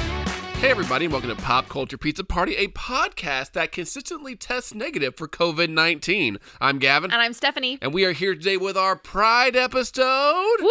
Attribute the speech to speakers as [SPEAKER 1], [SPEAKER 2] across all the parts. [SPEAKER 1] Hey, everybody, and welcome to Pop Culture Pizza Party, a podcast that consistently tests negative for COVID 19. I'm Gavin,
[SPEAKER 2] And I'm Stephanie.
[SPEAKER 1] and we are here today with our Pride episode,
[SPEAKER 2] Woo woo!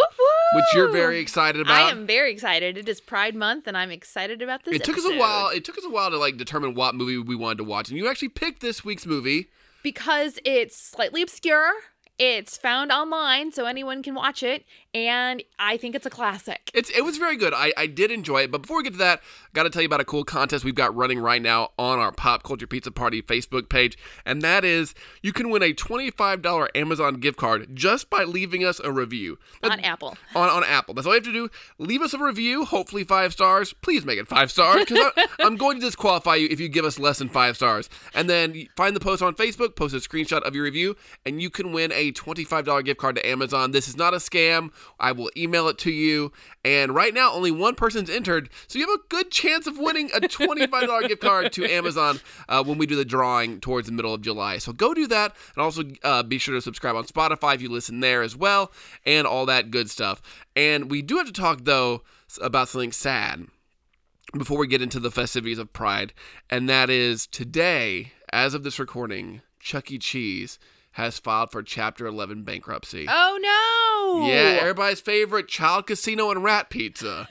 [SPEAKER 1] which you're very excited about.
[SPEAKER 2] I am very excited. It is Pride Month, and I'm excited about this.
[SPEAKER 1] It took us a
[SPEAKER 2] episode.
[SPEAKER 1] while. It took us a while to like determine what movie we wanted to watch, and you actually picked this week's movie.
[SPEAKER 2] because it's slightly obscure. It's found online, so anyone can watch it, and I think it's a classic.
[SPEAKER 1] It's it was very good. I, I did enjoy it. But before we get to that, got to tell you about a cool contest we've got running right now on our Pop Culture Pizza Party Facebook page, and that is you can win a twenty five dollar Amazon gift card just by leaving us a review That-
[SPEAKER 2] on Apple.
[SPEAKER 1] on, on Apple. That's all you have to do. Leave us a review, hopefully five stars. Please make it five stars because I'm going to disqualify you if you give us less than five stars. And then you find the post on Facebook, post a screenshot of your review, and you can win a $25 gift card to Amazon. This is not a scam. I will email it to you. And right now, only one person's entered, so you have a good chance of winning a $25 gift card to Amazon uh, when we do the drawing towards the middle of July. So go do that, and also uh, be sure to subscribe on Spotify if you listen there as well, and all that good stuff. And we do have to talk though s- about something sad before we get into the festivities of Pride, and that is today, as of this recording, Chuck E. Cheese has filed for Chapter 11 bankruptcy.
[SPEAKER 2] Oh no!
[SPEAKER 1] Yeah, everybody's favorite child casino and rat pizza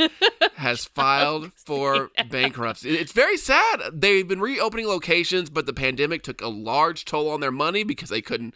[SPEAKER 1] has filed for bankruptcy. It's very sad. They've been reopening locations, but the pandemic took a large toll on their money because they couldn't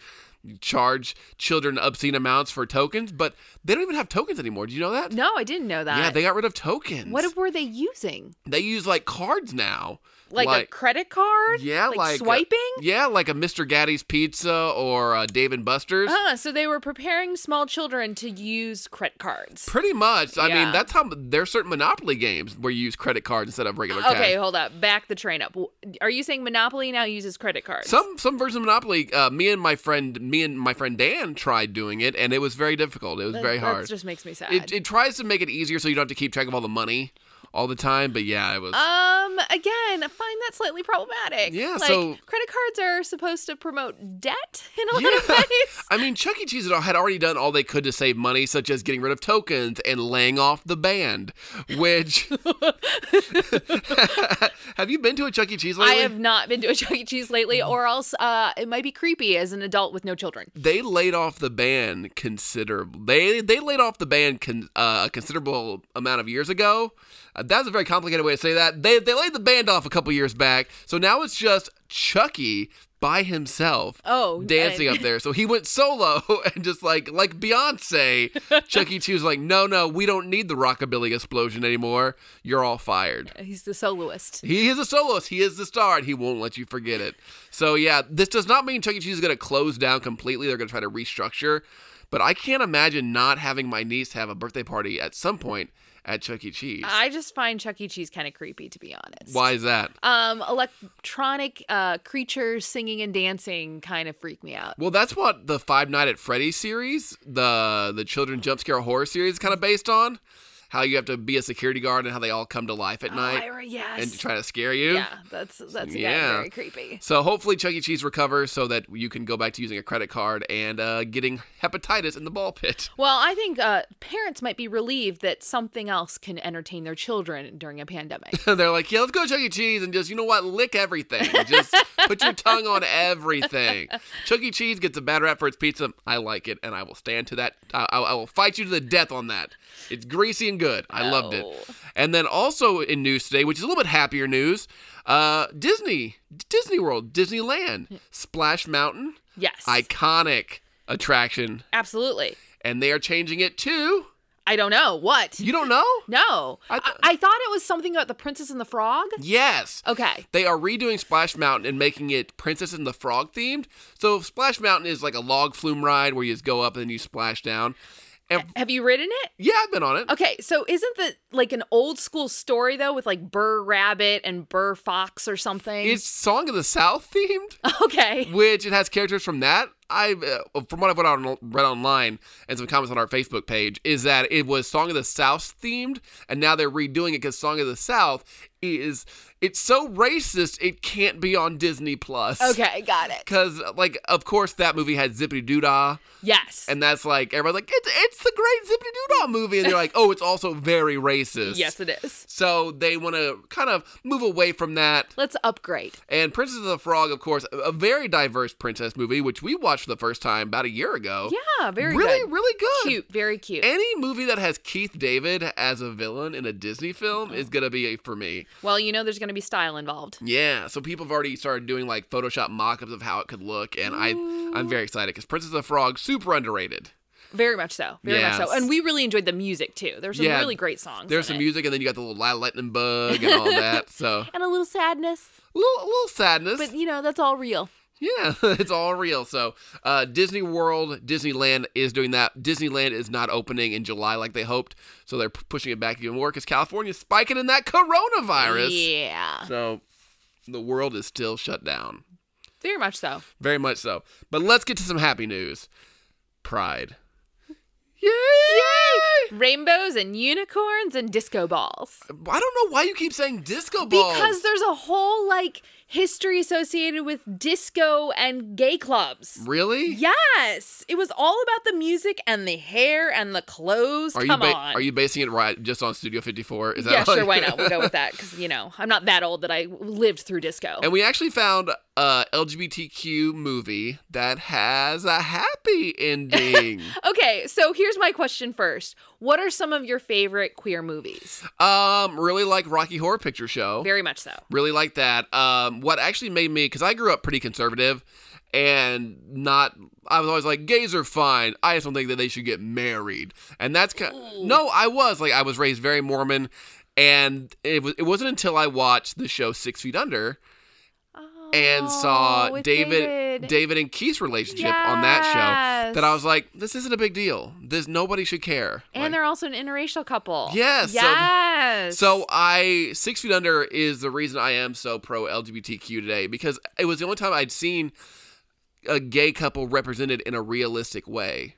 [SPEAKER 1] charge children obscene amounts for tokens. But they don't even have tokens anymore. Do you know that?
[SPEAKER 2] No, I didn't know that.
[SPEAKER 1] Yeah, they got rid of tokens.
[SPEAKER 2] what were they using?
[SPEAKER 1] they use like cards now.
[SPEAKER 2] Like, a credit card?
[SPEAKER 1] yeah, like, a-
[SPEAKER 2] swiping?
[SPEAKER 1] yeah, like a Mr. Gaddy's Pizza or uh, Dave and Buster's.
[SPEAKER 2] Ah, so they were preparing small children to use credit cards.
[SPEAKER 1] Pretty much. I mean,
[SPEAKER 2] Yeah.
[SPEAKER 1] that's how there's certain Monopoly games where you use credit cards instead of regular cash.
[SPEAKER 2] Okay, hold up. Back the train up. W- Are you saying Monopoly now uses credit cards?
[SPEAKER 1] Some some version of Monopoly. Uh, me and my friend, me and my friend Dan tried doing it, and it was very difficult. It was
[SPEAKER 2] That-
[SPEAKER 1] very hard.
[SPEAKER 2] That just makes me sad.
[SPEAKER 1] it, it tries to make it easier so you don't have to keep track of all the money all the time. But yeah, it was.
[SPEAKER 2] um, again, I find that slightly problematic.
[SPEAKER 1] Yeah,
[SPEAKER 2] like,
[SPEAKER 1] so-
[SPEAKER 2] credit cards are supposed to promote debt in a lot of
[SPEAKER 1] Yeah.
[SPEAKER 2] ways.
[SPEAKER 1] I mean, Chuck E. Cheese had already done all they could to save money, such as getting rid of tokens and laying off the band. Which have you been to a Chuck E. Cheese
[SPEAKER 2] I
[SPEAKER 1] lately?
[SPEAKER 2] have not been to a Chuck E. Cheese lately, or else uh, it might be creepy as an adult with no children.
[SPEAKER 1] they laid off the band considerable. They they laid off the band con, uh, a considerable amount of years ago. Uh, that's a very complicated way to say that. They they laid the band off a couple years back, so now it's just Chucky by himself.
[SPEAKER 2] Oh,
[SPEAKER 1] Dancing
[SPEAKER 2] and-
[SPEAKER 1] up there, so he went solo and just like like Beyonce, Chuck E. Cheese was like, no, no, we don't need the rockabilly explosion anymore. You're all fired.
[SPEAKER 2] He's the soloist.
[SPEAKER 1] He is a soloist. He is the star, and he won't let you forget it. So yeah, this does not mean Chuck E. Cheese is going to close down completely. They're going to try to restructure, but I can't imagine not having my niece have a birthday party at some point at Chuck E. Cheese.
[SPEAKER 2] I just find Chuck E. Cheese kind of creepy, to be honest.
[SPEAKER 1] Why is that?
[SPEAKER 2] Um, electronic uh, creatures singing and dancing kind of freak me out.
[SPEAKER 1] Well, that's what the Five Night at Freddy's series, the the children jump scare horror series, is kind of based on. How you have to be a security guard and how they all come to life at
[SPEAKER 2] Oh,
[SPEAKER 1] night
[SPEAKER 2] Ira, yes.
[SPEAKER 1] and try to scare you.
[SPEAKER 2] yeah, that's that's again
[SPEAKER 1] Yeah.
[SPEAKER 2] very creepy.
[SPEAKER 1] So hopefully Chuck E. Cheese recovers so that you can go back to using a credit card and uh, getting hepatitis in the ball pit.
[SPEAKER 2] Well, I think uh, parents might be relieved that something else can entertain their children during a pandemic.
[SPEAKER 1] They're like, yeah, let's go to Chuck E. Cheese and just, you know what, lick everything. Just put your tongue on everything. Chuck E. Cheese gets a bad rap for its pizza. I like it, and I will stand to that. I, I, I will fight you to the death on that. It's greasy and good. I loved it.
[SPEAKER 2] No.
[SPEAKER 1] And then also in news today, which is a little bit happier news, uh, Disney, Disney World, Disneyland, Splash Mountain,
[SPEAKER 2] yes,
[SPEAKER 1] iconic attraction
[SPEAKER 2] absolutely.
[SPEAKER 1] and they are changing it to
[SPEAKER 2] I don't know what.
[SPEAKER 1] you don't know
[SPEAKER 2] No,
[SPEAKER 1] I
[SPEAKER 2] I,
[SPEAKER 1] th-
[SPEAKER 2] I thought it was something about the Princess and the Frog.
[SPEAKER 1] yes
[SPEAKER 2] Okay,
[SPEAKER 1] they are redoing splash mountain and making it princess and the frog themed so splash mountain is like a log flume ride where you just go up and then you splash down and
[SPEAKER 2] have you ridden it?
[SPEAKER 1] yeah i've been on it
[SPEAKER 2] Okay, so isn't the like an old school story though with like Burr Rabbit and Burr Fox or something?
[SPEAKER 1] it's song of the south themed
[SPEAKER 2] okay.
[SPEAKER 1] which it has characters from that I, uh, from what I've read, on, read online and some comments on our Facebook page, is that it was Song of the South themed, and now they're redoing it because Song of the South is it's so racist it can't be on Disney Plus.
[SPEAKER 2] Okay, got it.
[SPEAKER 1] Because, like, of course, that movie had Zippity Doo Dah,
[SPEAKER 2] Yes.
[SPEAKER 1] and that's like, everybody's like, it's, it's the great Zippity Doo Dah movie. And they're like, oh, it's also very racist.
[SPEAKER 2] yes, it is.
[SPEAKER 1] So they want to kind of move away from that.
[SPEAKER 2] Let's upgrade.
[SPEAKER 1] And Princess of the Frog, of course, a- a very diverse princess movie, which we watched for the first time about a year ago.
[SPEAKER 2] Yeah, very
[SPEAKER 1] really,
[SPEAKER 2] good.
[SPEAKER 1] really good.
[SPEAKER 2] Cute, very cute.
[SPEAKER 1] Any movie that has Keith David as a villain in a Disney film
[SPEAKER 2] Mm-hmm.
[SPEAKER 1] is gonna be a, for me.
[SPEAKER 2] well, you know there's going to be style involved.
[SPEAKER 1] Yeah, so people have already started doing like Photoshop mock-ups of how it could look, and I, I'm very excited because Princess of the Frog, super underrated.
[SPEAKER 2] Very much so. Very much so.
[SPEAKER 1] Yes.
[SPEAKER 2] And we really enjoyed the music too. There's some
[SPEAKER 1] Yeah,
[SPEAKER 2] really great songs.
[SPEAKER 1] There's
[SPEAKER 2] in
[SPEAKER 1] some
[SPEAKER 2] it.
[SPEAKER 1] music, and then you got the little lightning bug and all that. So
[SPEAKER 2] and a little sadness,
[SPEAKER 1] a little, a little sadness.
[SPEAKER 2] but you know that's all real.
[SPEAKER 1] Yeah, it's all real. So, uh, Disney World, Disneyland is doing that. Disneyland is not opening in July like they hoped, so they're p- pushing it back even more because California's spiking in that coronavirus.
[SPEAKER 2] Yeah.
[SPEAKER 1] So, the world is still shut down.
[SPEAKER 2] Very much so.
[SPEAKER 1] Very much so. But let's get to some happy news. Pride. Yay!
[SPEAKER 2] Rainbows and unicorns and disco balls.
[SPEAKER 1] I don't know why you keep saying disco balls.
[SPEAKER 2] Because there's a whole like history associated with disco and gay clubs.
[SPEAKER 1] really?
[SPEAKER 2] Yes, it was all about the music and the hair and the clothes.
[SPEAKER 1] Are you
[SPEAKER 2] Come
[SPEAKER 1] ba-
[SPEAKER 2] on.
[SPEAKER 1] are you basing it right just on Studio 54? Is that
[SPEAKER 2] yeah,
[SPEAKER 1] all
[SPEAKER 2] sure.
[SPEAKER 1] you-
[SPEAKER 2] Why not? We'll go with that because you know I'm not that old that I lived through disco.
[SPEAKER 1] And we actually found a LGBTQ movie that has a happy ending.
[SPEAKER 2] okay, so here's my question first. What are some of your favorite queer movies?
[SPEAKER 1] um, really like Rocky Horror Picture Show.
[SPEAKER 2] Very much so.
[SPEAKER 1] Really like that. Um, what actually made me because I grew up pretty conservative and not I was always like gays are fine. I just don't think that they should get married. And that's kind
[SPEAKER 2] Ooh.
[SPEAKER 1] no, I was like I was raised very Mormon, and it was it wasn't until I watched the show Six Feet Under and
[SPEAKER 2] Oh,
[SPEAKER 1] saw
[SPEAKER 2] with
[SPEAKER 1] David, David and Keith's relationship on that show. that I was like, this isn't a big deal. This nobody should care.
[SPEAKER 2] and
[SPEAKER 1] Like,
[SPEAKER 2] they're also an interracial couple.
[SPEAKER 1] Yes, so-
[SPEAKER 2] Yes.
[SPEAKER 1] so I Six Feet Under is the reason I am so pro LGBTQ today because it was the only time I'd seen a gay couple represented in a realistic way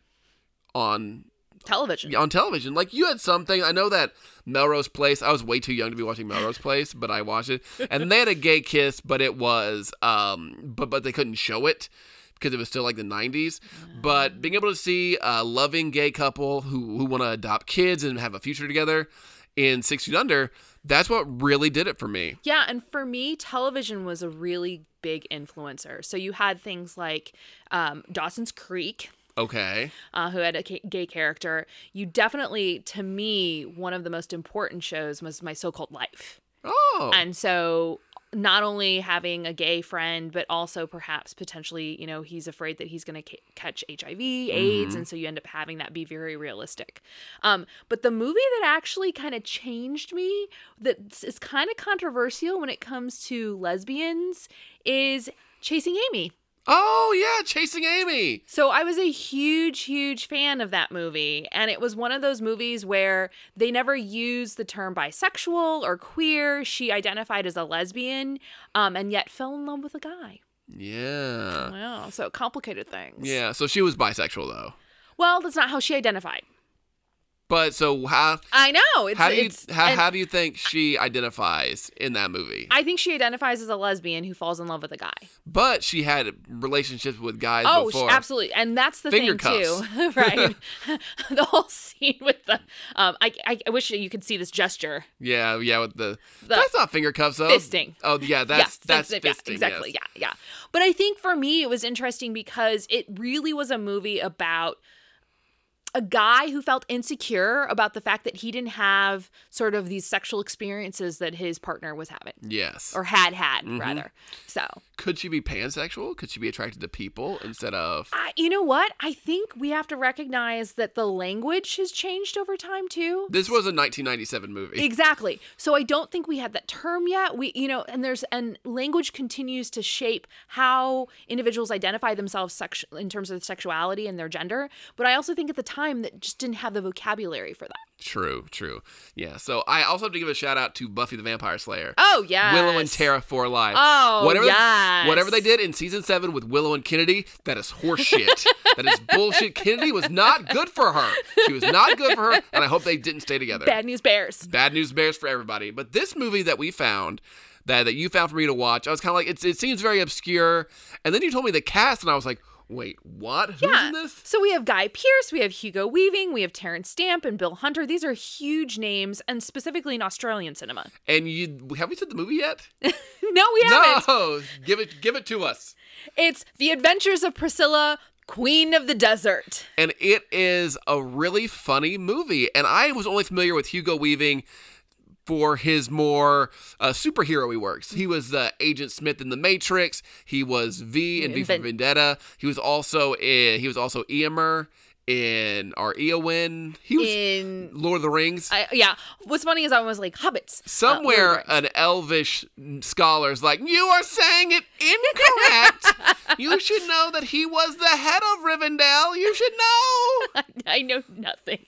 [SPEAKER 1] on
[SPEAKER 2] television.
[SPEAKER 1] on television. Like you had something. I know that Melrose Place. I was way too young to be watching Melrose Place, but I watched it, and they had a gay kiss, but it was um, but but they couldn't show it because it was still like the 90s. But being able to see a loving gay couple who who want to adopt kids and have a future together in Six Feet Under, that's what really did it for me.
[SPEAKER 2] Yeah, and for me, television was a really big influencer. So you had things like um, Dawson's Creek,
[SPEAKER 1] Okay,
[SPEAKER 2] uh, who had a ca- gay character. You definitely, to me, one of the most important shows was My So Called Life.
[SPEAKER 1] oh,
[SPEAKER 2] And so not only having a gay friend, but also perhaps potentially, you know, he's afraid that he's going to ca- catch HIV, AIDS. And so you end up having that be very realistic. Um, but the movie that actually kind of changed me, that is kind of controversial when it comes to lesbians, is Chasing Amy.
[SPEAKER 1] oh yeah, Chasing Amy.
[SPEAKER 2] So I was a huge, huge fan of that movie. And it was one of those movies where they never used the term bisexual or queer. She identified as a lesbian um, and yet fell in love with a guy.
[SPEAKER 1] Yeah.
[SPEAKER 2] Wow. So it complicated things.
[SPEAKER 1] Uh, Yeah, so she was bisexual though.
[SPEAKER 2] Well, that's not how she identified.
[SPEAKER 1] But so how
[SPEAKER 2] I know. It's,
[SPEAKER 1] how do you
[SPEAKER 2] it's
[SPEAKER 1] how,
[SPEAKER 2] and
[SPEAKER 1] how do you think she identifies in that movie?
[SPEAKER 2] I think she identifies as a lesbian who falls in love with a guy.
[SPEAKER 1] but she had relationships with guys
[SPEAKER 2] Oh, sh-
[SPEAKER 1] before.
[SPEAKER 2] absolutely, and that's the
[SPEAKER 1] Finger
[SPEAKER 2] thing too, right? the whole scene with the, um, I, I, I wish you could see this gesture,
[SPEAKER 1] Yeah, yeah, with the,
[SPEAKER 2] The
[SPEAKER 1] that's not finger cuffs though.
[SPEAKER 2] fisting.
[SPEAKER 1] Oh yeah, that's that's
[SPEAKER 2] sensitive,
[SPEAKER 1] fisting.
[SPEAKER 2] Yeah, exactly.
[SPEAKER 1] yes.
[SPEAKER 2] Yeah, yeah. But I think for me, it was interesting because it really was a movie about a guy who felt insecure about the fact that he didn't have sort of these sexual experiences that his partner was having
[SPEAKER 1] Yes.
[SPEAKER 2] or had had
[SPEAKER 1] Mm-hmm.
[SPEAKER 2] rather. So
[SPEAKER 1] Could she be pansexual? Could she be attracted to people instead of?
[SPEAKER 2] I, you know what? I think we have to recognize that the language has changed over time too.
[SPEAKER 1] This was a 1997 movie.
[SPEAKER 2] Exactly. So I don't think we had that term yet. We, you know, and there's and language continues to shape how individuals identify themselves sexu- in terms of sexuality and their gender. But I also think at the time that just didn't have the vocabulary for that.
[SPEAKER 1] True, true. Yeah. So I also have to give a shout out to Buffy the Vampire Slayer.
[SPEAKER 2] Oh yeah.
[SPEAKER 1] Willow and Tara for life.
[SPEAKER 2] Oh,
[SPEAKER 1] whatever,
[SPEAKER 2] yes.
[SPEAKER 1] whatever they did in season seven with Willow and Kennedy, that is horseshit. that is bullshit. Kennedy was not good for her. She was not good for her, and I hope they didn't stay together.
[SPEAKER 2] Bad news bears.
[SPEAKER 1] Bad news bears for everybody. But this movie that we found, that, that you found for me to watch, I was kind of like, it's, it seems very obscure. And then you told me the cast, and I was like, wait, what? Who's in this?
[SPEAKER 2] Uh, So we have Guy Pearce, we have Hugo Weaving, we have Terrence Stamp and Bill Hunter. These are huge names, and specifically in Australian cinema.
[SPEAKER 1] And you have we seen the movie yet?
[SPEAKER 2] No, we haven't.
[SPEAKER 1] No, give it, give it to us.
[SPEAKER 2] It's The Adventures of Priscilla, Queen of the Desert.
[SPEAKER 1] and it is a really funny movie. And I was only familiar with Hugo Weaving for his more uh, superhero-y works. He was uh, Agent Smith in The Matrix. He was V in V for
[SPEAKER 2] Vin-
[SPEAKER 1] Vendetta. He was also in, he was also Eomer in or Eowyn. He was
[SPEAKER 2] In
[SPEAKER 1] Lord of the Rings.
[SPEAKER 2] I, uh, yeah, what's funny is I was like hobbits.
[SPEAKER 1] Somewhere
[SPEAKER 2] Uh,
[SPEAKER 1] an elvish scholar's like, You are saying it incorrect. you should know that he was the head of Rivendell. You should know.
[SPEAKER 2] I know nothing.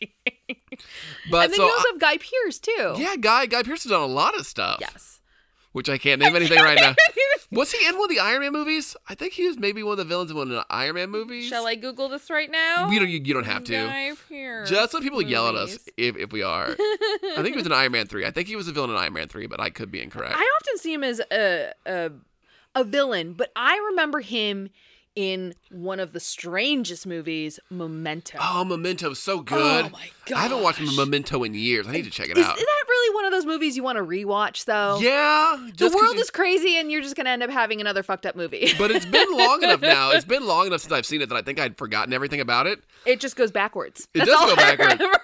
[SPEAKER 1] But
[SPEAKER 2] and then
[SPEAKER 1] so
[SPEAKER 2] you also have Guy Pearce too.
[SPEAKER 1] Yeah, Guy Guy Pearce has done a lot of stuff.
[SPEAKER 2] Yes.
[SPEAKER 1] Which I can't name anything right now. Was he in one of the Iron Man movies? I think he was maybe one of the villains in one of the Iron Man movies.
[SPEAKER 2] Shall I Google this right now?
[SPEAKER 1] You don't, you, you don't have to.
[SPEAKER 2] Guy Pearce
[SPEAKER 1] Just let people yell at us
[SPEAKER 2] movies.
[SPEAKER 1] if, if we are. I think he was in Iron Man 3. I think he was a villain in Iron Man 3, but I could be incorrect.
[SPEAKER 2] I often see him as a, a a villain, but I remember him in one of the strangest movies, Memento.
[SPEAKER 1] oh, Memento's so good.
[SPEAKER 2] Oh my
[SPEAKER 1] I haven't watched
[SPEAKER 2] gosh.
[SPEAKER 1] Memento in years. I need to check it
[SPEAKER 2] is, is
[SPEAKER 1] out.
[SPEAKER 2] that really one of those movies you want to rewatch though?
[SPEAKER 1] yeah.
[SPEAKER 2] The
[SPEAKER 1] just 'cause
[SPEAKER 2] world
[SPEAKER 1] you-
[SPEAKER 2] is crazy, and you're just gonna end up having another fucked up movie.
[SPEAKER 1] But it's been long enough now. It's been long enough since I've seen it that I think I'd forgotten everything about it.
[SPEAKER 2] it just goes backwards.
[SPEAKER 1] It
[SPEAKER 2] That's
[SPEAKER 1] does
[SPEAKER 2] all
[SPEAKER 1] go
[SPEAKER 2] I
[SPEAKER 1] backwards.
[SPEAKER 2] remember.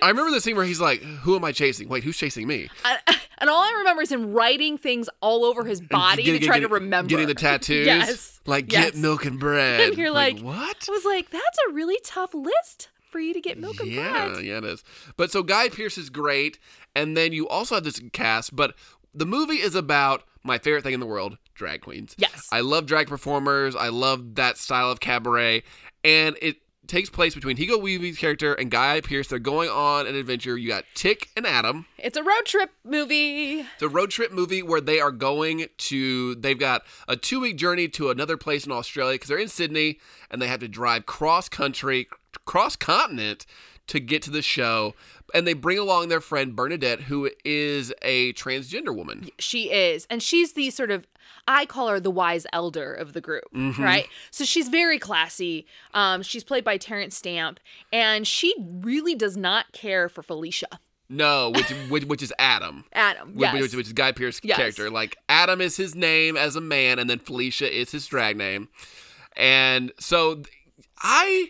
[SPEAKER 1] I remember the scene where he's like, Who am I chasing? Wait, who's chasing me?
[SPEAKER 2] I- and all I remember is him writing things all over his body
[SPEAKER 1] Getting-
[SPEAKER 2] to try
[SPEAKER 1] getting-
[SPEAKER 2] to remember.
[SPEAKER 1] Getting the tattoos.
[SPEAKER 2] Yes.
[SPEAKER 1] Like
[SPEAKER 2] Yes.
[SPEAKER 1] get milk and bread.
[SPEAKER 2] And you're like,
[SPEAKER 1] what?
[SPEAKER 2] I was like, that's a really tough list for you to get milk and
[SPEAKER 1] yeah,
[SPEAKER 2] bread.
[SPEAKER 1] yeah, it is. But so Guy Pierce is great, and then you also have this cast. But the movie is about my favorite thing in the world: drag queens.
[SPEAKER 2] Yes.
[SPEAKER 1] I love drag performers. I love that style of cabaret, and it takes place between Hugo Weaving's character and Guy Pierce. They're going on an adventure. You got Tick and Adam.
[SPEAKER 2] It's a road trip movie.
[SPEAKER 1] It's a road trip movie where they are going to. They've got a two week journey to another place in Australia because they're in Sydney and they have to drive cross country, cross continent to get to the show. And they bring along their friend Bernadette, who is a transgender woman.
[SPEAKER 2] She is. And she's the sort of, I call her the wise elder of the group,
[SPEAKER 1] Mm-hmm.
[SPEAKER 2] right? So she's very classy. Um, she's played by Terrence Stamp, and she really does not care for Felicia.
[SPEAKER 1] No, which which, which is Adam.
[SPEAKER 2] Adam.
[SPEAKER 1] Which-
[SPEAKER 2] Yes.
[SPEAKER 1] Which, which is Guy Pearce's
[SPEAKER 2] Yes.
[SPEAKER 1] character. Like Adam is his name as a man, and then Felicia is his drag name. And so, th- I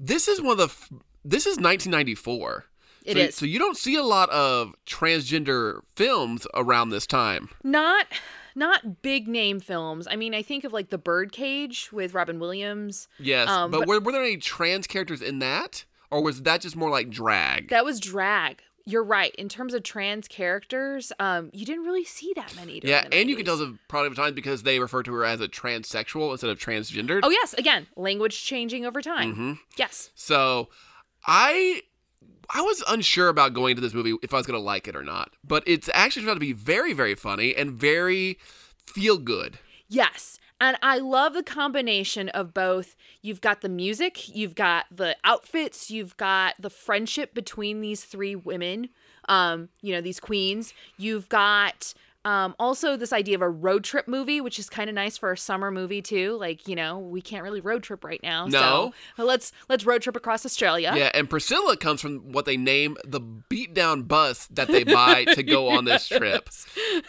[SPEAKER 1] this is one of the f- this is 1994.
[SPEAKER 2] It
[SPEAKER 1] so,
[SPEAKER 2] is.
[SPEAKER 1] So you don't see a lot of transgender films around this time.
[SPEAKER 2] not not big name films. I mean, I think of like The Birdcage with Robin Williams.
[SPEAKER 1] Yes,
[SPEAKER 2] Um,
[SPEAKER 1] but,
[SPEAKER 2] but-
[SPEAKER 1] were, were there any trans characters in that, or was that just more like drag?
[SPEAKER 2] That was drag. You're right. In terms of trans characters, um, you didn't really see that many. during
[SPEAKER 1] yeah,
[SPEAKER 2] the
[SPEAKER 1] and you can
[SPEAKER 2] 90s.
[SPEAKER 1] tell the product of time because they refer to her as a transsexual instead of transgendered.
[SPEAKER 2] Oh yes, again, language changing over time.
[SPEAKER 1] Mm-hmm.
[SPEAKER 2] Yes.
[SPEAKER 1] So I I was unsure about going to this movie if I was going to like it or not, but it's actually turned out to be very very funny and very feel good.
[SPEAKER 2] Yes. And I love the combination of both. You've got the music, you've got the outfits, you've got the friendship between these three women, um, you know, these queens. You've got um, also this idea of a road trip movie, which is kind of nice for a summer movie too. Like, you know, we can't really road trip right now.
[SPEAKER 1] No.
[SPEAKER 2] So let's let's road trip across Australia.
[SPEAKER 1] Yeah, and Priscilla comes from what they name the beatdown bus that they buy to go on this trip.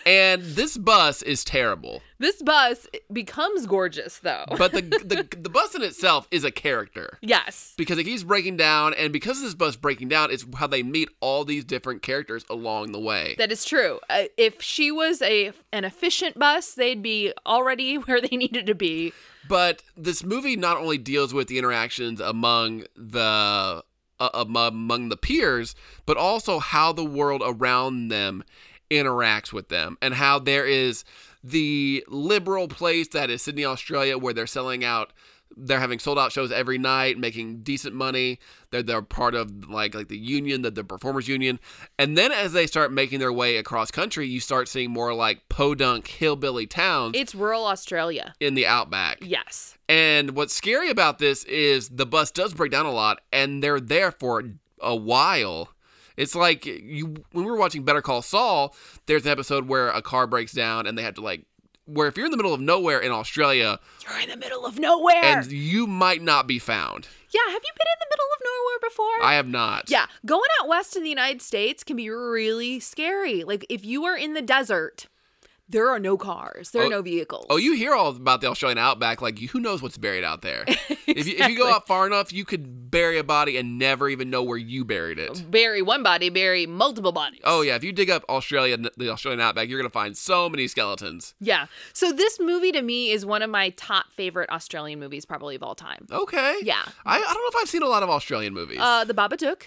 [SPEAKER 1] And this bus is terrible.
[SPEAKER 2] This bus becomes gorgeous though.
[SPEAKER 1] But the the, the bus in itself is a character.
[SPEAKER 2] yes.
[SPEAKER 1] Because it keeps breaking down, and because of this bus breaking down, it's how they meet all these different characters along the way.
[SPEAKER 2] That is true. Uh, if she was a an efficient bus, they'd be already where they needed to be.
[SPEAKER 1] But this movie not only deals with the interactions among the uh, um, among the peers, but also how the world around them interacts with them, and how there is the liberal place that is Sydney, Australia, where they're selling out they're having sold out shows every night, making decent money. They're they're part of like like the union, the, the performers union. And then as they start making their way across country, you start seeing more like podunk hillbilly towns
[SPEAKER 2] It's rural Australia.
[SPEAKER 1] in the outback.
[SPEAKER 2] Yes.
[SPEAKER 1] And what's scary about this is the bus does break down a lot, and they're there for a while. It's like you when we were watching Better Call Saul. There's an episode where a car breaks down, and they have to like where if you're in the middle of nowhere in Australia,
[SPEAKER 2] You're in the middle of nowhere.
[SPEAKER 1] and you might not be found.
[SPEAKER 2] yeah, have you been in the middle of nowhere before?
[SPEAKER 1] I have not.
[SPEAKER 2] yeah, going out west in the United States can be really scary. Like if you are in the desert, there are no cars, there are
[SPEAKER 1] Oh-
[SPEAKER 2] no vehicles.
[SPEAKER 1] Oh, you hear all about the Australian outback. Like, who knows what's buried out there? if, you, if you go out far enough, you could bury a body and never even know where you buried it.
[SPEAKER 2] bury one body, bury multiple bodies.
[SPEAKER 1] Oh yeah, if you dig up Australia, the Australian outback, you're gonna find so many skeletons.
[SPEAKER 2] Yeah. So this movie to me is one of my top favorite Australian movies probably of all time.
[SPEAKER 1] Okay.
[SPEAKER 2] Yeah.
[SPEAKER 1] I, I don't know if I've seen a lot of Australian movies.
[SPEAKER 2] Uh The Babadook.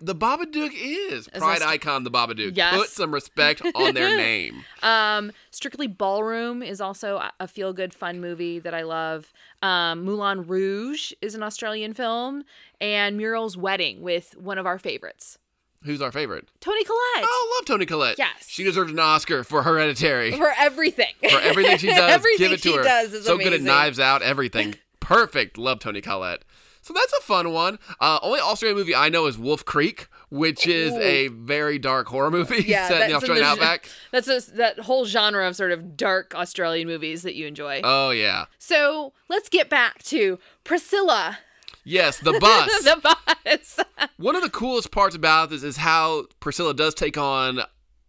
[SPEAKER 1] the Babadook is pride
[SPEAKER 2] Aust-
[SPEAKER 1] icon. The Babadook.
[SPEAKER 2] Yes.
[SPEAKER 1] Put some respect on their name.
[SPEAKER 2] Um Strictly Ballroom is also a- a feel-good fun movie that I love. Um Moulin Rouge is an Australian film and Muriel's Wedding with one of our favorites,
[SPEAKER 1] Who's our favorite?
[SPEAKER 2] Tony Collette.
[SPEAKER 1] Oh, love Tony Collette.
[SPEAKER 2] Yes.
[SPEAKER 1] She deserved an Oscar for Hereditary.
[SPEAKER 2] For everything.
[SPEAKER 1] For e- everything she does,
[SPEAKER 2] Everything
[SPEAKER 1] give it to
[SPEAKER 2] she
[SPEAKER 1] her.
[SPEAKER 2] does is
[SPEAKER 1] so good at
[SPEAKER 2] amazing.
[SPEAKER 1] Knives Out, everything. Perfect. Love Tony Collette. So that's a fun one. Uh, only Australian movie I know is Wolf Creek, which is
[SPEAKER 2] Ooh.
[SPEAKER 1] a very dark horror movie set in the
[SPEAKER 2] that's
[SPEAKER 1] Australian
[SPEAKER 2] gen-
[SPEAKER 1] outback.
[SPEAKER 2] That's a, that whole genre of sort of dark Australian movies that you enjoy.
[SPEAKER 1] Oh yeah,
[SPEAKER 2] so let's get back to Priscilla,
[SPEAKER 1] yes, the bus.
[SPEAKER 2] the boss.
[SPEAKER 1] One of the coolest parts about this is how Priscilla does take on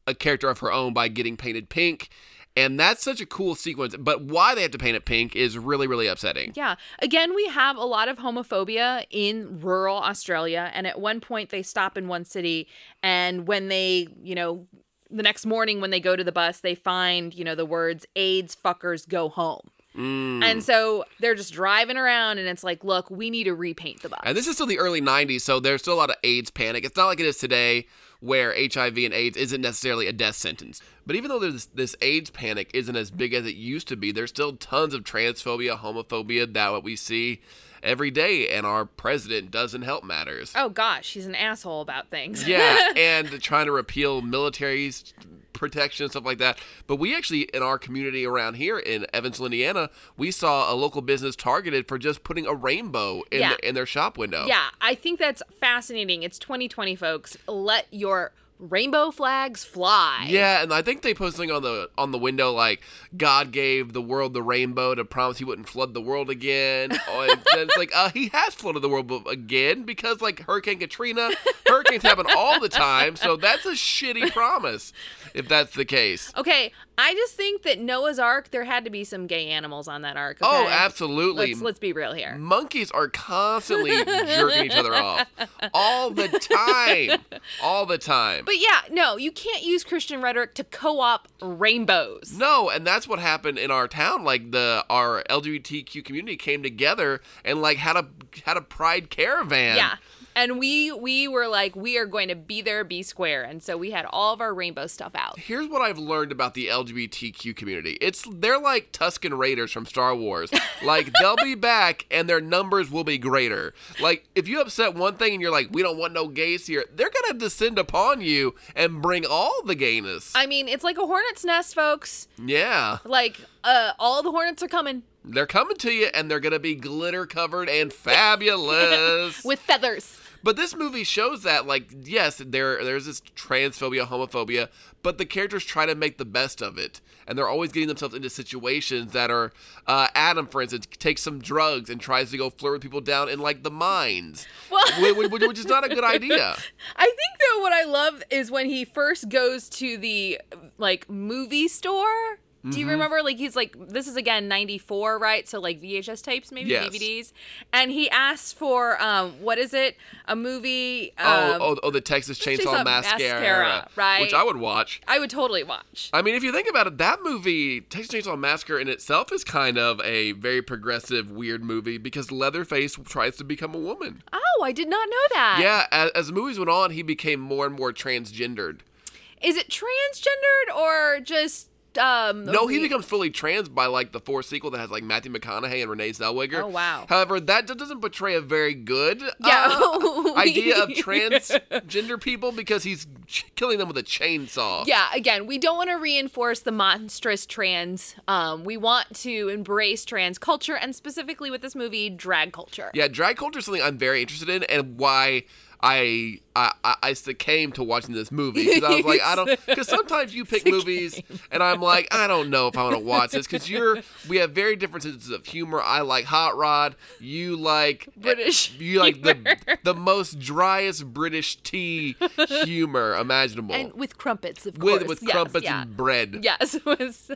[SPEAKER 1] a character of her own by getting painted pink. And that's such a cool sequence. But why they have to paint it pink is really, really upsetting.
[SPEAKER 2] yeah. Again, we have a lot of homophobia in rural Australia. And at one point, they stop in one city. And when they, you know, the next morning when they go to the bus, they find, you know, the words AIDS fuckers go home.
[SPEAKER 1] Mm.
[SPEAKER 2] And so they're just driving around and it's like, look, we need to repaint the bus.
[SPEAKER 1] And this is still the early 90s, so there's still a lot of AIDS panic. It's not like it is today where HIV and AIDS isn't necessarily a death sentence. But even though this, this AIDS panic isn't as big as it used to be, there's still tons of transphobia, homophobia, that what we see every day. And our president doesn't help matters.
[SPEAKER 2] oh gosh, he's an asshole about things.
[SPEAKER 1] yeah, and trying to repeal military s- protection and stuff like that. But we actually, in our community around here in Evansville, Indiana, we saw a local business targeted for just putting a rainbow in,
[SPEAKER 2] Yeah.
[SPEAKER 1] the, in their shop window.
[SPEAKER 2] Yeah, I think that's fascinating. It's 2020, folks. Let your rainbow flags fly.
[SPEAKER 1] Yeah, and I think they posted something on the on the window like God gave the world the rainbow to promise he wouldn't flood the world again. Oh, and then it's like uh, he has flooded the world b- again because like Hurricane Katrina, hurricanes happen all the time. So that's a shitty promise if that's the case.
[SPEAKER 2] Okay, I just think that Noah's Ark, there had to be some gay animals on that ark.
[SPEAKER 1] Oh,
[SPEAKER 2] okay?
[SPEAKER 1] absolutely.
[SPEAKER 2] Let's, let's be real here.
[SPEAKER 1] Monkeys are constantly jerking each other off all the time. All the time.
[SPEAKER 2] But yeah, no, you can't use Christian rhetoric to co op rainbows.
[SPEAKER 1] no, and that's what happened in our town. Like the our LGBTQ community came together and like had a had a pride caravan.
[SPEAKER 2] Yeah. And we we were like, we are going to be there, be square. And so we had all of our rainbow stuff out.
[SPEAKER 1] Here's what I've learned about the LGBTQ community. It's they're like Tuscan Raiders from Star Wars. Like they'll be back and their numbers will be greater. Like if you upset one thing and you're like, we don't want no gays here, they're gonna descend upon you and bring all the gayness.
[SPEAKER 2] I mean, it's like a hornet's nest, folks.
[SPEAKER 1] yeah.
[SPEAKER 2] Like, uh, all the hornets are coming
[SPEAKER 1] They're coming to you and they're going to be glitter covered and fabulous.
[SPEAKER 2] with feathers.
[SPEAKER 1] but this movie shows that like yes, there there's this transphobia, homophobia, but the characters try to make the best of it. And they're always getting themselves into situations that are uh, Adam for instance takes some drugs and tries to go flirt with people down in like the mines.
[SPEAKER 2] Well-
[SPEAKER 1] whi- whi- which, is not a good idea.
[SPEAKER 2] I think though what I love is when he first goes to the like movie store. Do you
[SPEAKER 1] Mm-hmm.
[SPEAKER 2] remember? Like he's like this is again '94, right? So like VHS tapes, maybe
[SPEAKER 1] Yes.
[SPEAKER 2] DVDs, and he asks for um, what is it? A movie?
[SPEAKER 1] Oh,
[SPEAKER 2] Um,
[SPEAKER 1] oh, oh, the Texas Chainsaw,
[SPEAKER 2] Chainsaw
[SPEAKER 1] mascara,
[SPEAKER 2] Mascara, right.
[SPEAKER 1] Which I would watch.
[SPEAKER 2] I would totally watch.
[SPEAKER 1] I mean, if you think about it, that movie, Texas Chainsaw Massacre, in itself is kind of a very progressive, weird movie because Leatherface tries to become a woman.
[SPEAKER 2] Oh, I did not know that.
[SPEAKER 1] Yeah, as, as the movies went on, he became more and more transgendered.
[SPEAKER 2] Is it transgendered or just um
[SPEAKER 1] No, he
[SPEAKER 2] we-
[SPEAKER 1] becomes fully trans by like the fourth sequel that has like Matthew McConaughey and Renee Zellweger.
[SPEAKER 2] Oh, wow.
[SPEAKER 1] However, that d- doesn't portray a very good
[SPEAKER 2] Yeah.
[SPEAKER 1] uh, idea of
[SPEAKER 2] We-
[SPEAKER 1] transgender people because he's ch- killing them with a chainsaw.
[SPEAKER 2] Yeah, again, we don't want to reinforce the monstrous trans. Um, we want to embrace trans culture and specifically with this movie, drag culture.
[SPEAKER 1] Yeah, drag culture is something I'm very interested in, and why I I, I, I succumbed to watching this movie because I was like, I don't because sometimes you pick movies, and I'm like, I don't know if I want to watch this because you're we have very different senses of humor. I like Hot Rod, you like eh,
[SPEAKER 2] British
[SPEAKER 1] you like the the most driest British tea humor imaginable
[SPEAKER 2] And with crumpets, of
[SPEAKER 1] with
[SPEAKER 2] course.
[SPEAKER 1] with
[SPEAKER 2] Yes,
[SPEAKER 1] crumpets
[SPEAKER 2] yeah.
[SPEAKER 1] and bread.
[SPEAKER 2] Yes, was.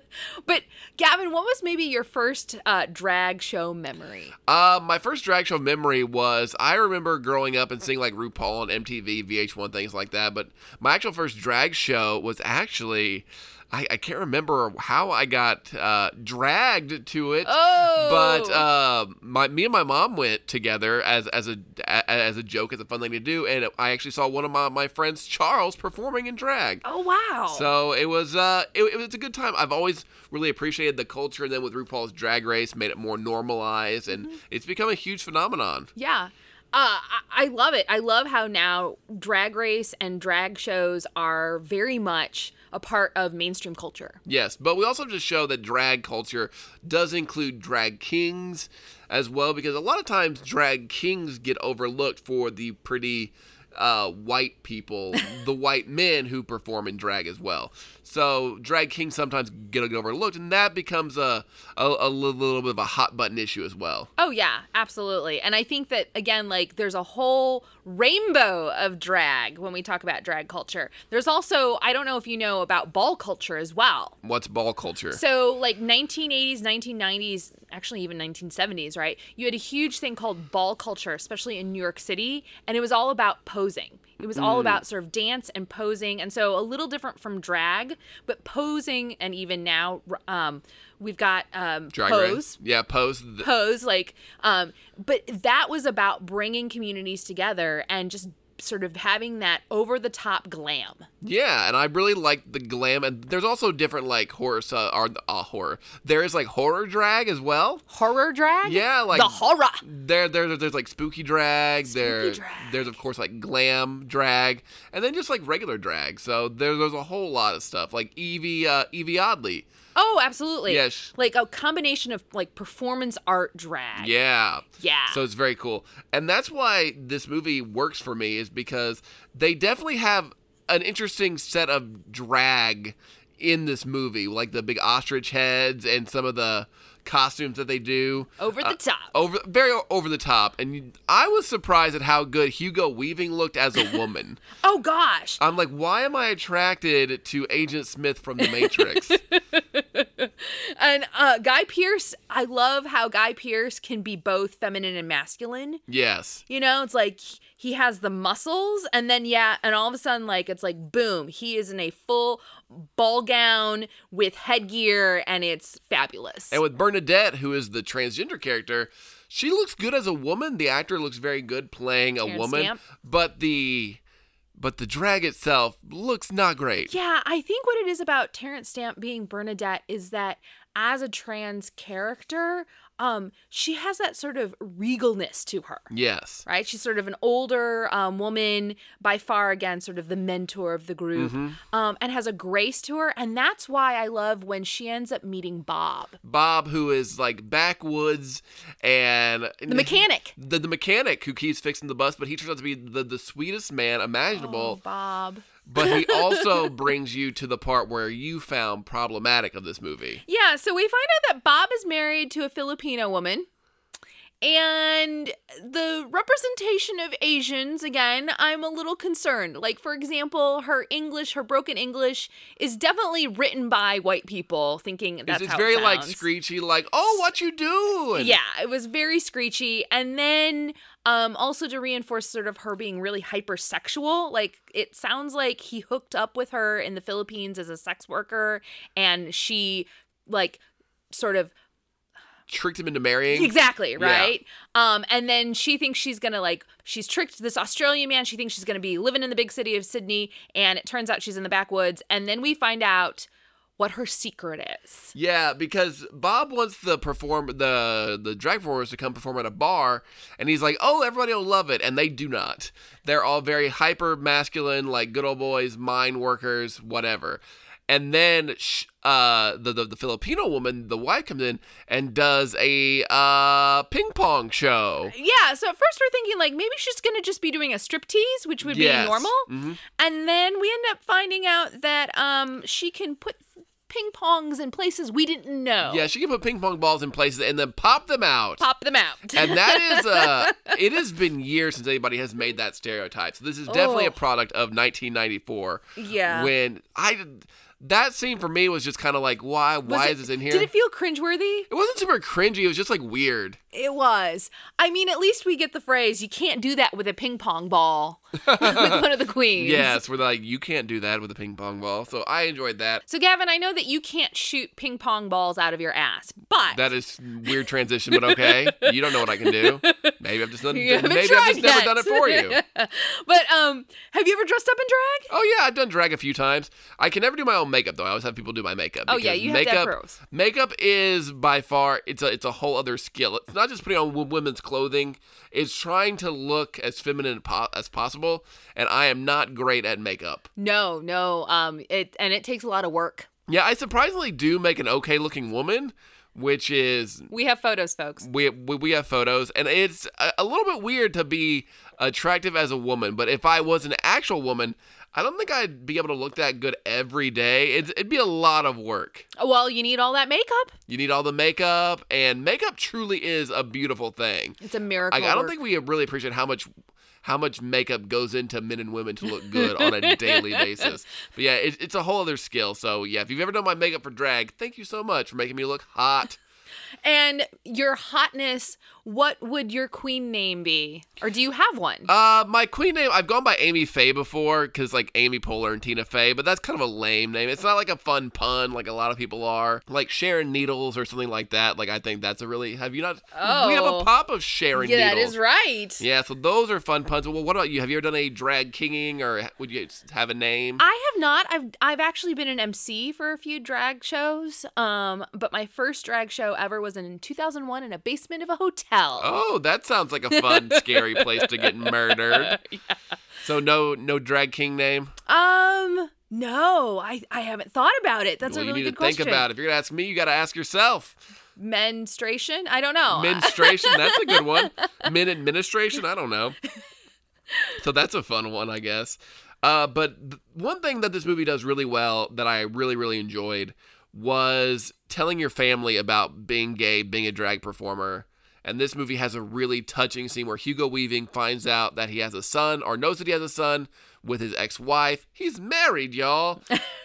[SPEAKER 2] But Gavin, what was maybe your first uh, drag show memory?
[SPEAKER 1] Uh, my first drag show memory was I remember growing up and seeing like RuPaul on MTV, VH1, things like that. But my actual first drag show was actually. I, I can't remember how I got uh, dragged to it,
[SPEAKER 2] Oh.
[SPEAKER 1] but uh, my me and my mom went together as as a, a as a joke, as a fun thing to do, and I actually saw one of my, my friends, Charles, performing in drag.
[SPEAKER 2] Oh wow!
[SPEAKER 1] So it was uh it, it was a good time. I've always really appreciated the culture and then with RuPaul's drag race made it more normalized and it's become a huge phenomenon.
[SPEAKER 2] yeah. Uh, I, I love it. I love how now drag race and drag shows are very much a part of mainstream culture.
[SPEAKER 1] Yes, but we also have to show that drag culture does include drag kings as well because a lot of times drag kings get overlooked for the pretty uh, white people, the white men who perform in drag as well. So drag kings sometimes get overlooked, and that becomes a a, a little bit of a hot button issue as well.
[SPEAKER 2] Oh yeah, absolutely. And I think that again, like there's a whole rainbow of drag when we talk about drag culture. There's also I don't know if you know about ball culture as well.
[SPEAKER 1] What's ball culture?
[SPEAKER 2] So, like 1980s, 1990s, actually even 1970s, right? You had a huge thing called ball culture, especially in New York City, and it was all about posing. It was
[SPEAKER 1] Mm.
[SPEAKER 2] all about sort of dance and posing, and so a little different from drag, but posing, and even now, r- um, we've got um,
[SPEAKER 1] Drag
[SPEAKER 2] pose.
[SPEAKER 1] Race. Yeah, Pose. Th-
[SPEAKER 2] Pose, like, um, but that was about bringing communities together and just sort of having that over the top glam.
[SPEAKER 1] yeah, and I really like the glam. And there's also different like horror, uh, or uh, horror. There is like horror drag as well.
[SPEAKER 2] Horror drag?
[SPEAKER 1] Yeah, like
[SPEAKER 2] the horror.
[SPEAKER 1] There, there, there's like spooky drag. there,
[SPEAKER 2] drag.
[SPEAKER 1] there's of course like glam drag, and then just like regular drag. So there, there's a whole lot of stuff like Evie, uh, Evie Oddly.
[SPEAKER 2] Oh, absolutely.
[SPEAKER 1] Yes.
[SPEAKER 2] Like a combination of like performance art drag.
[SPEAKER 1] Yeah.
[SPEAKER 2] Yeah.
[SPEAKER 1] So it's very cool. And that's why this movie works for me is because they definitely have an interesting set of drag in this movie, like the big ostrich heads and some of the costumes that they do.
[SPEAKER 2] Over the
[SPEAKER 1] Uh,
[SPEAKER 2] top.
[SPEAKER 1] over very o- over the top and you- I was surprised at how good Hugo Weaving looked as a woman.
[SPEAKER 2] Oh gosh.
[SPEAKER 1] I'm like, why am I attracted to Agent Smith from The Matrix?
[SPEAKER 2] And uh Guy Pierce, I love how Guy Pierce can be both feminine and masculine.
[SPEAKER 1] yes.
[SPEAKER 2] You know, it's like he has the muscles and then yeah, and all of a sudden like it's like boom, he is in a full ball gown with headgear and it's fabulous.
[SPEAKER 1] And with Bernadette, who is the transgender character, she looks good as a woman. The actor looks very good playing a
[SPEAKER 2] Terrence
[SPEAKER 1] woman,
[SPEAKER 2] Stamp.
[SPEAKER 1] but the but the drag itself looks not great.
[SPEAKER 2] Yeah, I think what it is about Terrence Stamp being Bernadette is that as a trans character, um, she has that sort of regalness to her.
[SPEAKER 1] Yes.
[SPEAKER 2] Right, she's sort of an older um, woman, by far again, sort of the mentor of the group, um, and has a grace to her, and that's why I love when she ends up meeting Bob,
[SPEAKER 1] Bob, who is like backwoods and
[SPEAKER 2] the mechanic.
[SPEAKER 1] the, the mechanic who keeps fixing the bus, but he turns out to be the, the sweetest man
[SPEAKER 2] Oh,
[SPEAKER 1] imaginable.
[SPEAKER 2] Bob.
[SPEAKER 1] But he also brings you to the part where you found problematic of this movie.
[SPEAKER 2] Yeah, so we find out that Bob is married to a Filipino woman. And the representation of Asians, again, I'm a little concerned. Like, for example, her English, her broken English, is definitely written by white people, thinking that's
[SPEAKER 1] It's, it's
[SPEAKER 2] how
[SPEAKER 1] very
[SPEAKER 2] it
[SPEAKER 1] like
[SPEAKER 2] sounds.
[SPEAKER 1] screechy, like, oh, what you doing?
[SPEAKER 2] Yeah, it was very screechy. And then um, also to reinforce sort of her being really hypersexual, like it sounds like he hooked up with her in the Philippines as a sex worker and she like sort of
[SPEAKER 1] Tricked him into marrying.
[SPEAKER 2] Exactly,
[SPEAKER 1] Yeah.
[SPEAKER 2] right? Um and then she thinks she's going to like she's tricked this Australian man. She thinks she's going to be living in the big city of Sydney and it turns out she's in the backwoods and then we find out what her secret is.
[SPEAKER 1] Yeah, because Bob wants the perform the the drag performers to come perform at a bar, and he's like, "Oh, everybody will love it," and they do not. They're all very hyper masculine, like good old boys, mine workers, whatever. And then sh- uh, the, the the Filipino woman, the wife, comes in and does a uh, ping pong show.
[SPEAKER 2] Yeah, so at first we're thinking like maybe she's gonna just be doing a striptease, which would
[SPEAKER 1] Yes.
[SPEAKER 2] be normal,
[SPEAKER 1] Mhm.
[SPEAKER 2] and then we end up finding out that um she can put ping pongs in places we didn't know.
[SPEAKER 1] Yeah, she can put ping pong balls in places and then pop them out.
[SPEAKER 2] pop them out.
[SPEAKER 1] and that is uh it has been years since anybody has made that stereotype so this is definitely
[SPEAKER 2] Oh.
[SPEAKER 1] a product of 1994
[SPEAKER 2] yeah.
[SPEAKER 1] when i did- that scene for me was just kind of like why
[SPEAKER 2] Was
[SPEAKER 1] why
[SPEAKER 2] it-
[SPEAKER 1] is this in here
[SPEAKER 2] Did it feel cringeworthy?
[SPEAKER 1] it wasn't super cringy it was just like weird
[SPEAKER 2] It was. I mean, at least we get the phrase "you can't do that with a ping pong ball" with one of the queens.
[SPEAKER 1] yes we're like you can't do that with a ping pong ball so i enjoyed that
[SPEAKER 2] So, Gavin, I know that you can't shoot ping pong balls out of your ass, but
[SPEAKER 1] that is weird transition but okay you don't know what i can do maybe i've just, done,
[SPEAKER 2] You
[SPEAKER 1] maybe
[SPEAKER 2] haven't
[SPEAKER 1] I've
[SPEAKER 2] tried
[SPEAKER 1] just never
[SPEAKER 2] yet.
[SPEAKER 1] done it for you
[SPEAKER 2] but um, have you ever dressed up in drag?
[SPEAKER 1] Oh yeah, I've done drag a few times. I can never do my own makeup though. I always have people do my makeup.
[SPEAKER 2] Oh, yeah,
[SPEAKER 1] because
[SPEAKER 2] you have to
[SPEAKER 1] makeup,
[SPEAKER 2] have pros.
[SPEAKER 1] Makeup is by far it's a it's a whole other skill. It's not just putting on w- women's clothing. It's trying to look as feminine po- as possible, and I am not great at makeup.
[SPEAKER 2] No, no. Um, it and it takes a lot of work.
[SPEAKER 1] Yeah, I surprisingly do make an okay looking woman, which is
[SPEAKER 2] We have photos, folks.
[SPEAKER 1] we, we we have photos and it's a, a little bit weird to be attractive as a woman but if i was an actual woman i don't think i'd be able to look that good every day it's, it'd be a lot of work
[SPEAKER 2] Well, you need all that makeup.
[SPEAKER 1] you need all the makeup and makeup truly is a beautiful thing
[SPEAKER 2] It's a miracle.
[SPEAKER 1] I, I don't
[SPEAKER 2] work.
[SPEAKER 1] think we really appreciate how much how much makeup goes into men and women to look good on a daily basis but yeah it, it's a whole other skill so yeah if you've ever done my makeup for drag thank you so much for making me look hot
[SPEAKER 2] And your hotness. What would your queen name be, or do you have one?
[SPEAKER 1] Uh, my queen name. I've gone by Amy Faye before because like Amy Poehler and Tina Fey, but that's kind of a lame name. It's not like a fun pun like a lot of people are, like Sharon Needles or something like that. Like I think that's a really. Have you not? We have a
[SPEAKER 2] Oh.
[SPEAKER 1] pop of Sharon
[SPEAKER 2] yeah, that
[SPEAKER 1] Needles.
[SPEAKER 2] is right.
[SPEAKER 1] Yeah, so those are fun puns. Well, what about you? Have you ever done any drag kinging or would you have a name?
[SPEAKER 2] I have not. I've I've actually been an MC for a few drag shows. Um, but my first drag show ever was in 2001 in a basement of a hotel.
[SPEAKER 1] oh, that sounds like a fun, scary place to get murdered. So no, no drag king name.
[SPEAKER 2] Um, no, I I haven't thought about it. That's
[SPEAKER 1] well,
[SPEAKER 2] a really
[SPEAKER 1] you need
[SPEAKER 2] good
[SPEAKER 1] to think
[SPEAKER 2] question.
[SPEAKER 1] about. It. If you're gonna ask me, you gotta ask yourself.
[SPEAKER 2] Menstruation? I don't know.
[SPEAKER 1] Menstruation, that's a good one. Men administration, I don't know. So that's a fun one, I guess. Uh, but th- one thing that this movie does really well that I really, really enjoyed was telling your family about being gay, being a drag performer. And this movie has a really touching scene where Hugo Weaving finds out that he has a son or knows that he has a son with his ex wife. He's married, y'all.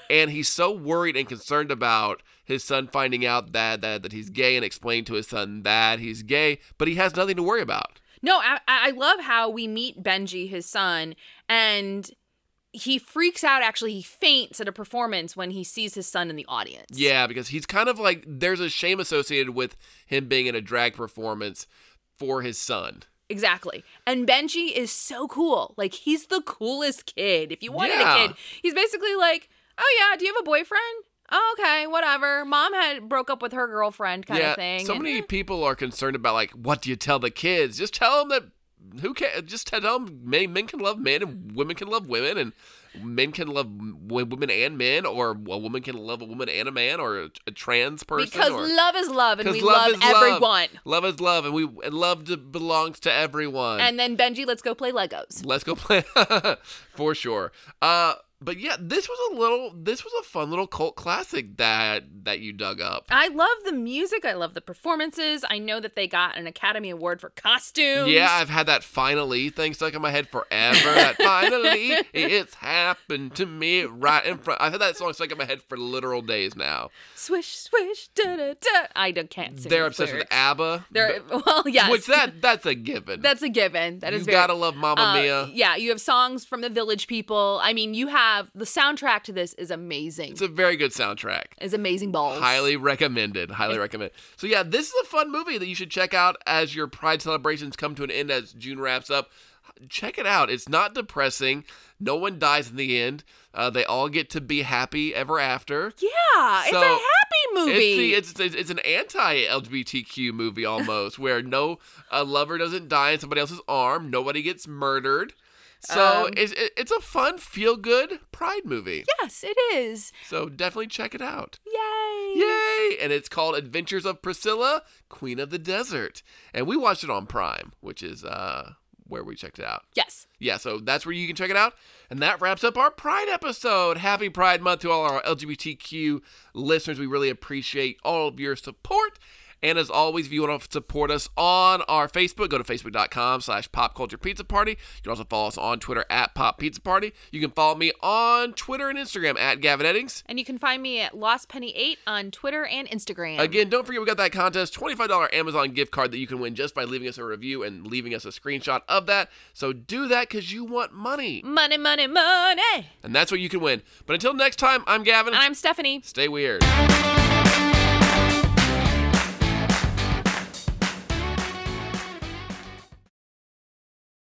[SPEAKER 1] and he's so worried and concerned about his son finding out that, that that he's gay and explain to his son that he's gay, but he has nothing to worry about.
[SPEAKER 2] no, I I I love how we meet Benji, his son, and he freaks out. Actually, he faints at a performance when he sees his son in the audience.
[SPEAKER 1] Yeah, because he's kind of like there's a shame associated with him being in a drag performance for his son.
[SPEAKER 2] Exactly. And Benji is so cool. Like he's the coolest kid. If you wanted
[SPEAKER 1] Yeah.
[SPEAKER 2] a kid, he's basically like, "Oh yeah, do you have a boyfriend?" Oh, okay, whatever. Mom had broke up with her girlfriend kind
[SPEAKER 1] yeah,
[SPEAKER 2] of thing.
[SPEAKER 1] so
[SPEAKER 2] and-
[SPEAKER 1] many people are concerned about like what do you tell the kids? Just tell them that who can just tell them men, men can love men and women can love women and men can love w- women and men or a woman can love a woman and a man or a, a trans person
[SPEAKER 2] because
[SPEAKER 1] or-
[SPEAKER 2] love is love and
[SPEAKER 1] 'Cause
[SPEAKER 2] we
[SPEAKER 1] love
[SPEAKER 2] love,
[SPEAKER 1] is love.
[SPEAKER 2] everyone.
[SPEAKER 1] Love is love, and we and love to, belongs to everyone.
[SPEAKER 2] And then Benji, let's go play Legos.
[SPEAKER 1] let's go play for sure. Uh, but yeah, this was a little, this was a fun little cult classic that that you dug up.
[SPEAKER 2] I love the music. I love the performances. I know that they got an Academy Award for costumes.
[SPEAKER 1] Yeah, I've had that finally thing stuck in my head forever. that finally, it's happened to me right in front. I've had that song stuck in my head for literal days now.
[SPEAKER 2] Swish, swish, da da da. I don't, can't sing.
[SPEAKER 1] They're
[SPEAKER 2] these
[SPEAKER 1] obsessed
[SPEAKER 2] lyrics.
[SPEAKER 1] with ABBA.
[SPEAKER 2] They're well, yes.
[SPEAKER 1] Which that that's a given.
[SPEAKER 2] That's a given. That is
[SPEAKER 1] you
[SPEAKER 2] very
[SPEAKER 1] gotta love Mamma
[SPEAKER 2] Uh,
[SPEAKER 1] Mia.
[SPEAKER 2] Yeah, you have songs from the Village People. I mean, you have the soundtrack to this is amazing.
[SPEAKER 1] It's a very good soundtrack.
[SPEAKER 2] is amazing balls.
[SPEAKER 1] Highly recommended. Highly recommend. So yeah, this is a fun movie that you should check out as your Pride celebrations come to an end as June wraps up. check it out. It's not depressing. No one dies in the end. Uh, they all get to be happy ever after.
[SPEAKER 2] Yeah, it's
[SPEAKER 1] So,
[SPEAKER 2] a happy movie.
[SPEAKER 1] It's, the, it's, it's it's an anti-LGBTQ movie almost, where no a lover doesn't die in somebody else's arm, nobody gets murdered. So
[SPEAKER 2] Um,
[SPEAKER 1] it's it- it's a fun, feel-good pride movie.
[SPEAKER 2] yes, it is.
[SPEAKER 1] So definitely check it out.
[SPEAKER 2] Yay.
[SPEAKER 1] Yay! And it's called Adventures of Priscilla, Queen of the Desert, and we watched it on Prime, which is uh where we checked it out.
[SPEAKER 2] Yes.
[SPEAKER 1] Yeah, so that's where you can check it out. And that wraps up our Pride episode. Happy Pride Month to all our LGBTQ listeners. We really appreciate all of your support. And as always, if you want to support us on our Facebook, go to facebook.com slash pop culture pizza party. You can also follow us on Twitter at pop pizza party. You can follow me on Twitter and Instagram at Gavin Eddings.
[SPEAKER 2] And you can find me at Lost Penny 8 on Twitter and Instagram.
[SPEAKER 1] Again, don't forget we got that contest $25 Amazon gift card that you can win just by leaving us a review and leaving us a screenshot of that. So do that because you want money.
[SPEAKER 2] Money, money, money.
[SPEAKER 1] And that's what you can win. But until next time, I'm Gavin.
[SPEAKER 2] I'm Stephanie.
[SPEAKER 1] Stay weird.
[SPEAKER 2] Bye.